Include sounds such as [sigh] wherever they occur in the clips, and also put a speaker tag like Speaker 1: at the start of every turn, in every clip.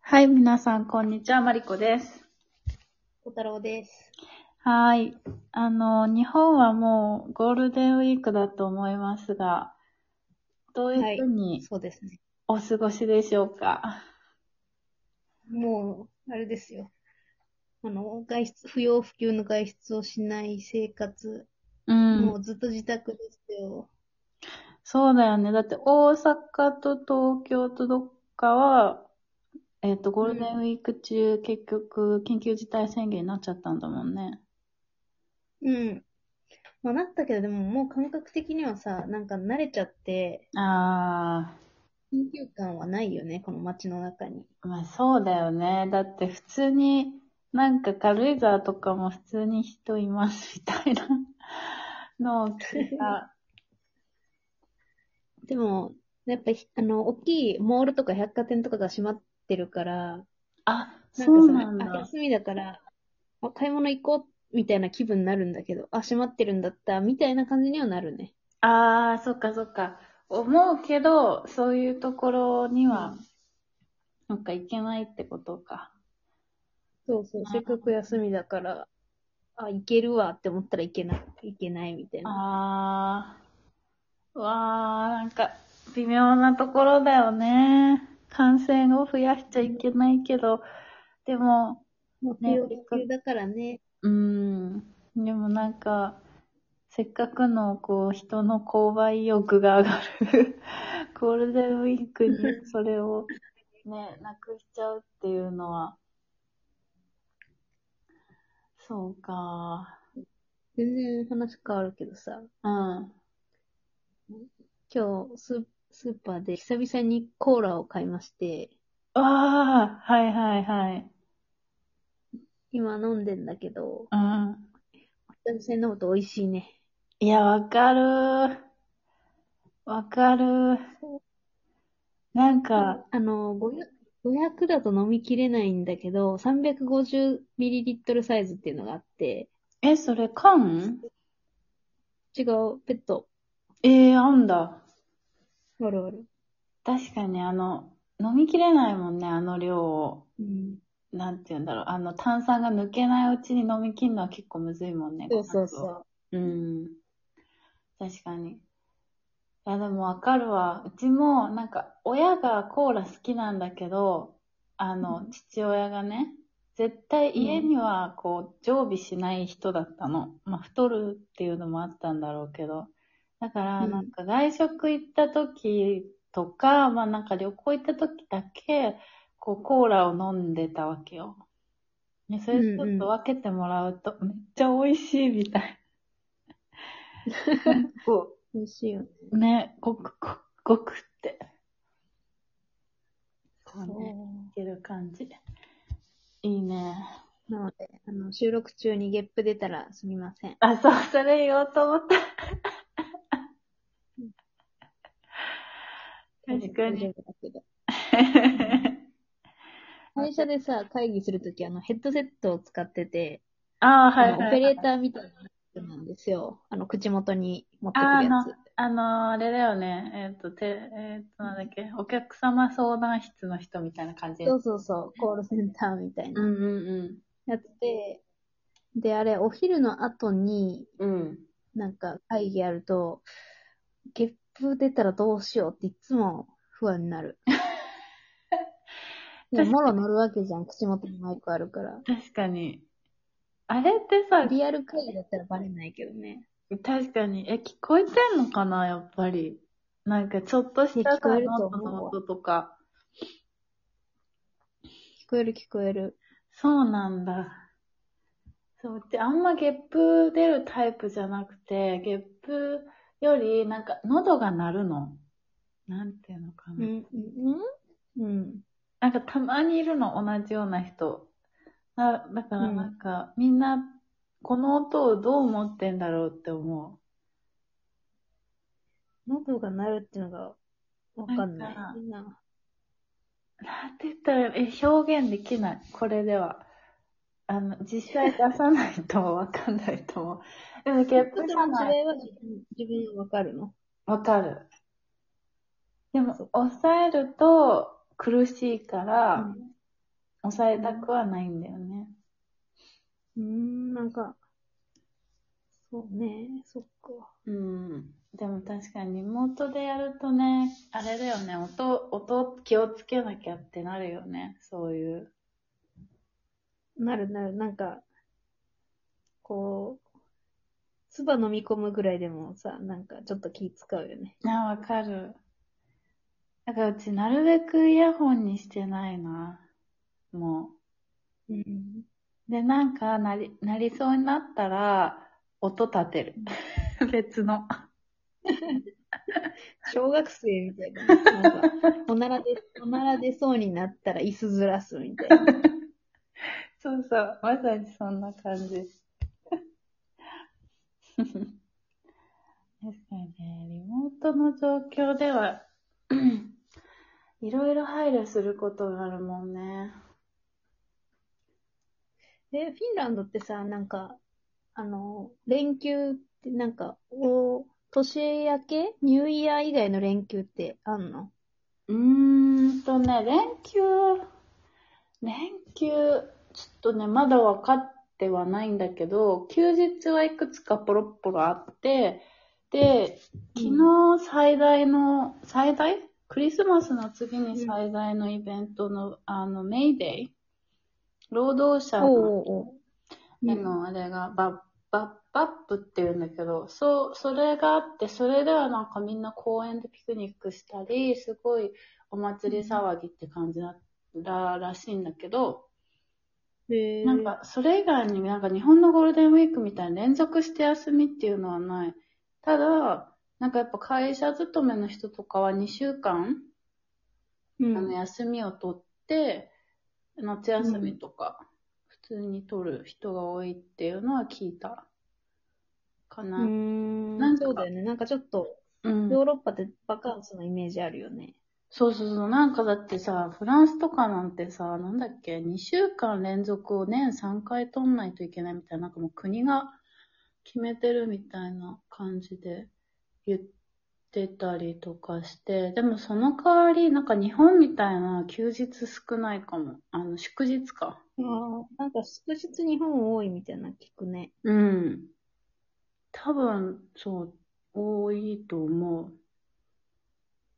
Speaker 1: はい、皆さん、こんにちは。マリコです。
Speaker 2: 小太郎です。
Speaker 1: はーい。あの、日本はもうゴールデンウィークだと思いますが、どういうふうに
Speaker 2: そうですね。
Speaker 1: お過ごしでしょうか。
Speaker 2: もう、あれですよ。あの、外出、不要不急の外出をしない生活。
Speaker 1: うん。
Speaker 2: もうずっと自宅ですよ。
Speaker 1: そうだよね。だって、大阪と東京とどっかは、えっ、と、ゴールデンウィーク中、結局、緊急事態宣言になっちゃったんだもんね。
Speaker 2: うん。まあなったけど、でももう感覚的にはさ、なんか慣れちゃって、
Speaker 1: あ
Speaker 2: 緊急感はないよね、この街の中に。
Speaker 1: ー、まあそうだよね。だって、普通に、なんか軽井沢とかも普通に人いますみたいなのを聞いた。
Speaker 2: でも、やっぱひ、あの、大きいモールとか百貨店とかが閉まってるから、
Speaker 1: あ、
Speaker 2: なん
Speaker 1: そ
Speaker 2: か
Speaker 1: う
Speaker 2: そ
Speaker 1: なん
Speaker 2: の、あ
Speaker 1: だ。
Speaker 2: 休みだから、あ買い物行こうみたいな気分になるんだけど、あ、閉まってるんだった、みたいな感じにはなるね。
Speaker 1: ああ、そっかそっか。思うけど、そういうところには、なんか行けないってことか。
Speaker 2: そうそう、せっかく休みだから、あ、行けるわって思ったらいけな、いけないみたいな。
Speaker 1: ああ、わあ、なんか微妙なところだよね。感染を増やしちゃいけないけど、でも、
Speaker 2: もう不
Speaker 1: ね
Speaker 2: 要不急だからね。
Speaker 1: うん、でもなんか、せっかくのこう人の購買意欲が上がる [laughs] ゴールデンウィークに
Speaker 2: う
Speaker 1: それをね、なくしちゃうっていうのは、そうか。
Speaker 2: 全然話変わるけどさ、
Speaker 1: うん。
Speaker 2: 今日ス、スーパーで久々にコーラを買いまして、
Speaker 1: ああ、はいはいはい。
Speaker 2: 今飲んでんだけど、
Speaker 1: うん。
Speaker 2: 久々に飲むと美味しいね。
Speaker 1: いや、わかるー。わかるー。なんか、
Speaker 2: あの、500 500だと飲みきれないんだけど、350ml サイズっていうのがあって、
Speaker 1: え、それ缶
Speaker 2: 違う、ペット、
Speaker 1: ええー、あんだ。
Speaker 2: あるある。
Speaker 1: 確かに、あの、飲みきれないもんね、あの量を。
Speaker 2: うん。
Speaker 1: なんて言うんだろう。あの、炭酸が抜けないうちに飲みきるのは結構むずいもんね。
Speaker 2: そうそう
Speaker 1: この後
Speaker 2: そう。
Speaker 1: うん。確かに。いや、でもわかるわ。うちも、なんか、親がコーラ好きなんだけど、あの、父親がね、絶対家には、こう、常備しない人だったの。まあ、太るっていうのもあったんだろうけど。だから、
Speaker 2: うん
Speaker 1: なんか、外食行った時とか、まあ、なんか旅行行った時だけ、こう、コーラを飲んでたわけよ。ね、それちょっと分けてもらうと、めっちゃ美味しいみたい。こ
Speaker 2: 美味しいよね。
Speaker 1: う、ね、ごく、ごく、ごくって。こうね、いける感じ。いいね。
Speaker 2: なので、あの、収録中にゲップ出たらすみません。
Speaker 1: あ、そう、それ言おうと思った。確か
Speaker 2: 大丈
Speaker 1: に。
Speaker 2: 夫だけど。会社でさ、会議するとき、あの、ヘッドセットを使ってて、
Speaker 1: [laughs] ああ、はい、
Speaker 2: あの
Speaker 1: はい。
Speaker 2: オペレーターみたいな人なんですよ。あの、口元に持ってく
Speaker 1: あ
Speaker 2: るや
Speaker 1: の
Speaker 2: つ。、
Speaker 1: あの、あれだよね。えっ、と、て、えっ、と、なんだっけ、お客様相談室の人みたいな感じ。
Speaker 2: そうそうそう、コールセンターみたいな。
Speaker 1: んうん
Speaker 2: やってて、で、あれ、お昼の後に、
Speaker 1: うん。うん。
Speaker 2: なんか会議やると、ゲップ出たらどうしようっていつも不安にな [laughs] る。いや、もろ乗るわけじゃん。口元にマイクあるから。
Speaker 1: 確かに。あれってさ、
Speaker 2: リアル会議だったらバレないけどね。
Speaker 1: 確かに。え、聞こえてんのかなやっぱり。なんか、ちょっとし
Speaker 2: いや
Speaker 1: た
Speaker 2: 聞こ
Speaker 1: さ、
Speaker 2: えると
Speaker 1: ノート
Speaker 2: 思うわ
Speaker 1: の音とか。
Speaker 2: 聞こえる聞こえる。
Speaker 1: そうなんだ。そう。で、あんまゲップ出るタイプじゃなくて、ゲップより、なんか、喉が鳴るの。なんていうのか
Speaker 2: う
Speaker 1: な。
Speaker 2: ん、うん、うん。
Speaker 1: なんか、たまにいるの、同じような人。だだから、
Speaker 2: うん
Speaker 1: なんか、みんな、この音をどう思ってんだろうって思
Speaker 2: 喉が鳴るってのがわかんない
Speaker 1: なんか
Speaker 2: な。
Speaker 1: う。なんて言ったら、え、表現できない。これでは。あの、実際出さないとわかんないと思う。でも、ゲップじゃない。
Speaker 2: 違いは自分自分はわかるの。
Speaker 1: わかる。でも
Speaker 2: そっ、
Speaker 1: 抑えると苦しいから、抑えたくはないんだよね。
Speaker 2: うーん、なんか、そうね、そっか。
Speaker 1: うん。でも確かにリモートでやるとね、あれだよね、音、音気をつけなきゃってなるよね、そういう。
Speaker 2: なるなる、なんか、こう、唾飲み込むぐらいでもさ、なんかちょっと気使うよね。
Speaker 1: あ、わかる。だからうちなるべくイヤホンにしてないな、も
Speaker 2: うん。
Speaker 1: う。で、なんかなり、なりそうになったら、音立てる。 [laughs] 別の。
Speaker 2: 小学生みたいな。なんか、おならで、おなら出そうになったら椅子ずらすみたい [laughs] な。
Speaker 1: そうそう、まさにそんな感じ。 [laughs] ですかね、リモートの状況では、いろいろ配慮することがあるもんね。
Speaker 2: え、フィンランドってさ、なんか、あの、連休ってなんか、お、年明けニューイヤー以外の連休ってあんの
Speaker 1: うーんとね、連休、連休、ちょっとね、まだ分かってはないんだけど、休日はいくつかポロッポロあって、で、昨日最大の、最大クリスマスの次に最大のイベントの、あの、メイデイ労働者
Speaker 2: お
Speaker 1: の、
Speaker 2: うおうおう。
Speaker 1: あの、あれが、バッ、バッ、バップって言うんだけど、そう、それがあって、それではなんかみんな公園でピクニックしたり、すごいお祭り騒ぎって感じだったらしいんだけど、
Speaker 2: へー
Speaker 1: なんか、それ以外になんか日本のゴールデンウィークみたいに連続して休みっていうのはない。ただ、なんかやっぱ会社勤めの人とかは2週間、
Speaker 2: うん
Speaker 1: あの休みを取って、夏休みとか、普通に取る人が多いっていうのは聞いた。か
Speaker 2: う
Speaker 1: な。な
Speaker 2: ー
Speaker 1: ん
Speaker 2: ん、
Speaker 1: か
Speaker 2: そうだよね。なんかちょっと、
Speaker 1: うん
Speaker 2: ヨーロッパってバカンスのイメージあるよね。
Speaker 1: そうそうそう。なんかだってさ、フランスとかなんてさ、なんだっけ、2週間連続を年3回取んないといけないみたいな、なんかもう国が決めてるみたいな感じで言ってたりとかして、でもその代わり、なんか日本みたいな休日少ないかも。あの、祝日か。
Speaker 2: ああ、なんか祝日日本多いみたいなの聞くね。
Speaker 1: うん。多分、そう、多いと思う。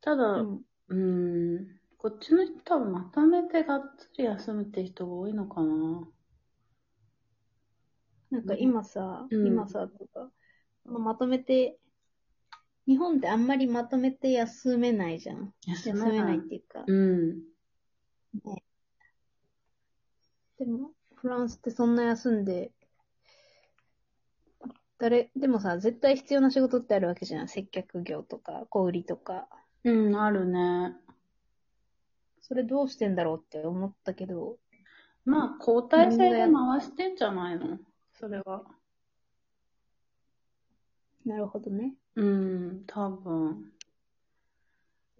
Speaker 1: ただ、
Speaker 2: うん。
Speaker 1: うーん、こっちの人多分まとめてがっつり休むって人が多いのかな。
Speaker 2: なんか今さ、
Speaker 1: うん
Speaker 2: 今さ、とか、まとめて、日本ってあんまりまとめて休めないじゃん。
Speaker 1: 休
Speaker 2: 休
Speaker 1: めない
Speaker 2: めないっていうか。
Speaker 1: うん。
Speaker 2: でも、フランスってそんな休んで、誰、でもさ、絶対必要な仕事ってあるわけじゃん。接客業とか、小売りとか。
Speaker 1: うん、あるね。
Speaker 2: それどうしてんだろうって思ったけど、
Speaker 1: まあ、交代制で回してんじゃないのそれは。
Speaker 2: なるほどね。
Speaker 1: うん、多分。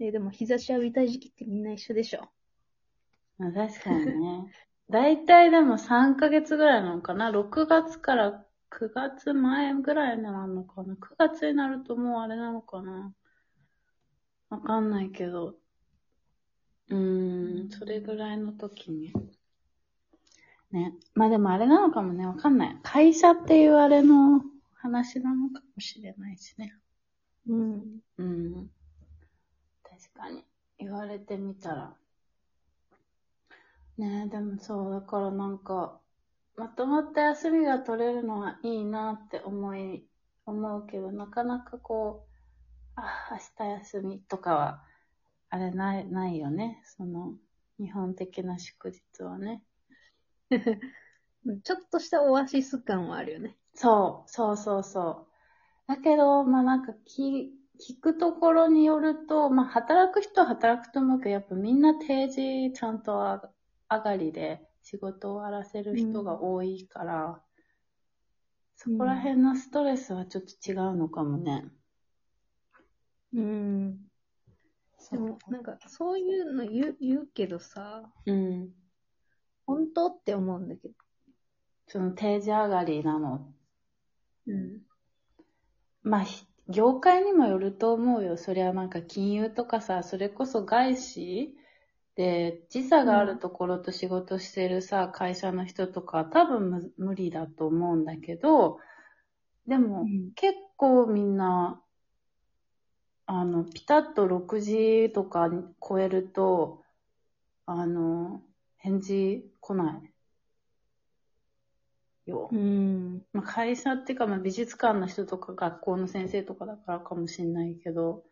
Speaker 2: え、でも日差し浴びたい時期ってみんな一緒でしょ。
Speaker 1: まあ、確かにね。だいたいでも3ヶ月ぐらいなのかな。6月から9月前ぐらいになるのかな。9月になるともうあれなのかな。わかんないけど。うーん、それぐらいの時に。ね。まあでもあれなのかもね、わかんない。会社っていうあれの話なのかもしれないしね。
Speaker 2: うん。
Speaker 1: うん。確かに。言われてみたら。ねえ、でもそう、だからなんか、まとまった休みが取れるのはいいなって思い、思うけど、なかなかこう、ああ、明日休みとかは、あれない、ないよね。その、日本的な祝日はね。
Speaker 2: ちょっとしたオアシス感はあるよね。
Speaker 1: そう、そうそうそう。だけど、まあなんかき、聞くところによると、まあ働く人は働くと思うけど、やっぱみんな定時ちゃんとあ上がりで仕事を終わらせる人が多いから、そこら辺のストレスはちょっと違うのかもね。
Speaker 2: うん。
Speaker 1: そ
Speaker 2: で
Speaker 1: う
Speaker 2: も、なんか、そういうの言う言うけどさ、
Speaker 1: うん。
Speaker 2: 本当って思うんだけど。
Speaker 1: その定時上がりなの。
Speaker 2: うん。
Speaker 1: まあ、ひ業界にもよると思うよ。そりゃなんか金融とかさ、それこそ外資で、時差があるところと仕事してるさ、会社の人とか多分む無理だと思うんだけど、でも、
Speaker 2: うん
Speaker 1: 結構みんな、あの、ピタッと6時とか超えると、あの、返事来ないよ。
Speaker 2: うん。
Speaker 1: まあ、会社っていうか、まあ、美術館の人とか学校の先生とかだからかもしんないけど、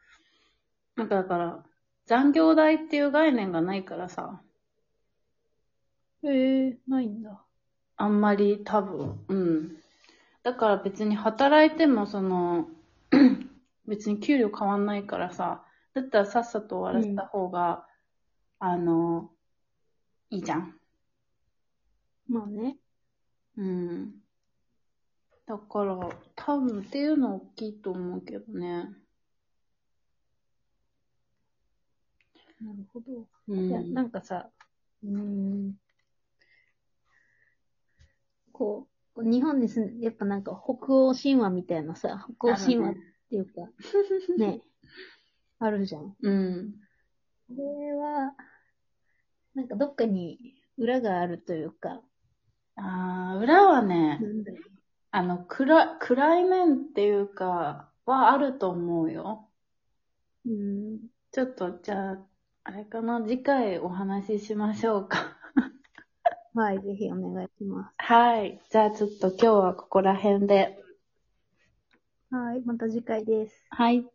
Speaker 1: なんかだから、残業代っていう概念がないからさ、
Speaker 2: えー、ないんだ。
Speaker 1: あんまり多分、うん。だから別に働いてもその、 [clears throat] 別に給料変わんないからさ、だったらさっさと終わらせた方が、あの、いいじゃん。
Speaker 2: まあね。
Speaker 1: うん。だから、多分っていうのは大きいと思うけどね。
Speaker 2: なるほど。
Speaker 1: う
Speaker 2: いや、
Speaker 1: ん。
Speaker 2: なんかさ、うーん。こう、日本ですやっぱなんか北欧神話みたいなさ、北欧神話って [laughs] いうか、ね、あるじゃん。こ
Speaker 1: うん。
Speaker 2: れは、なんかどっかに裏があるというか、
Speaker 1: ああ、裏はね、
Speaker 2: なんだろ
Speaker 1: あの、暗、暗い面っていうか、はあると思うよ。
Speaker 2: う。うん。
Speaker 1: ちょっと、じゃあ、あれかな、次回お話ししましょうか。
Speaker 2: はい、ぜひお願いしま
Speaker 1: はい。じゃあ、ちょっと今日はここら辺で。
Speaker 2: す。はい、また次回です。
Speaker 1: はい。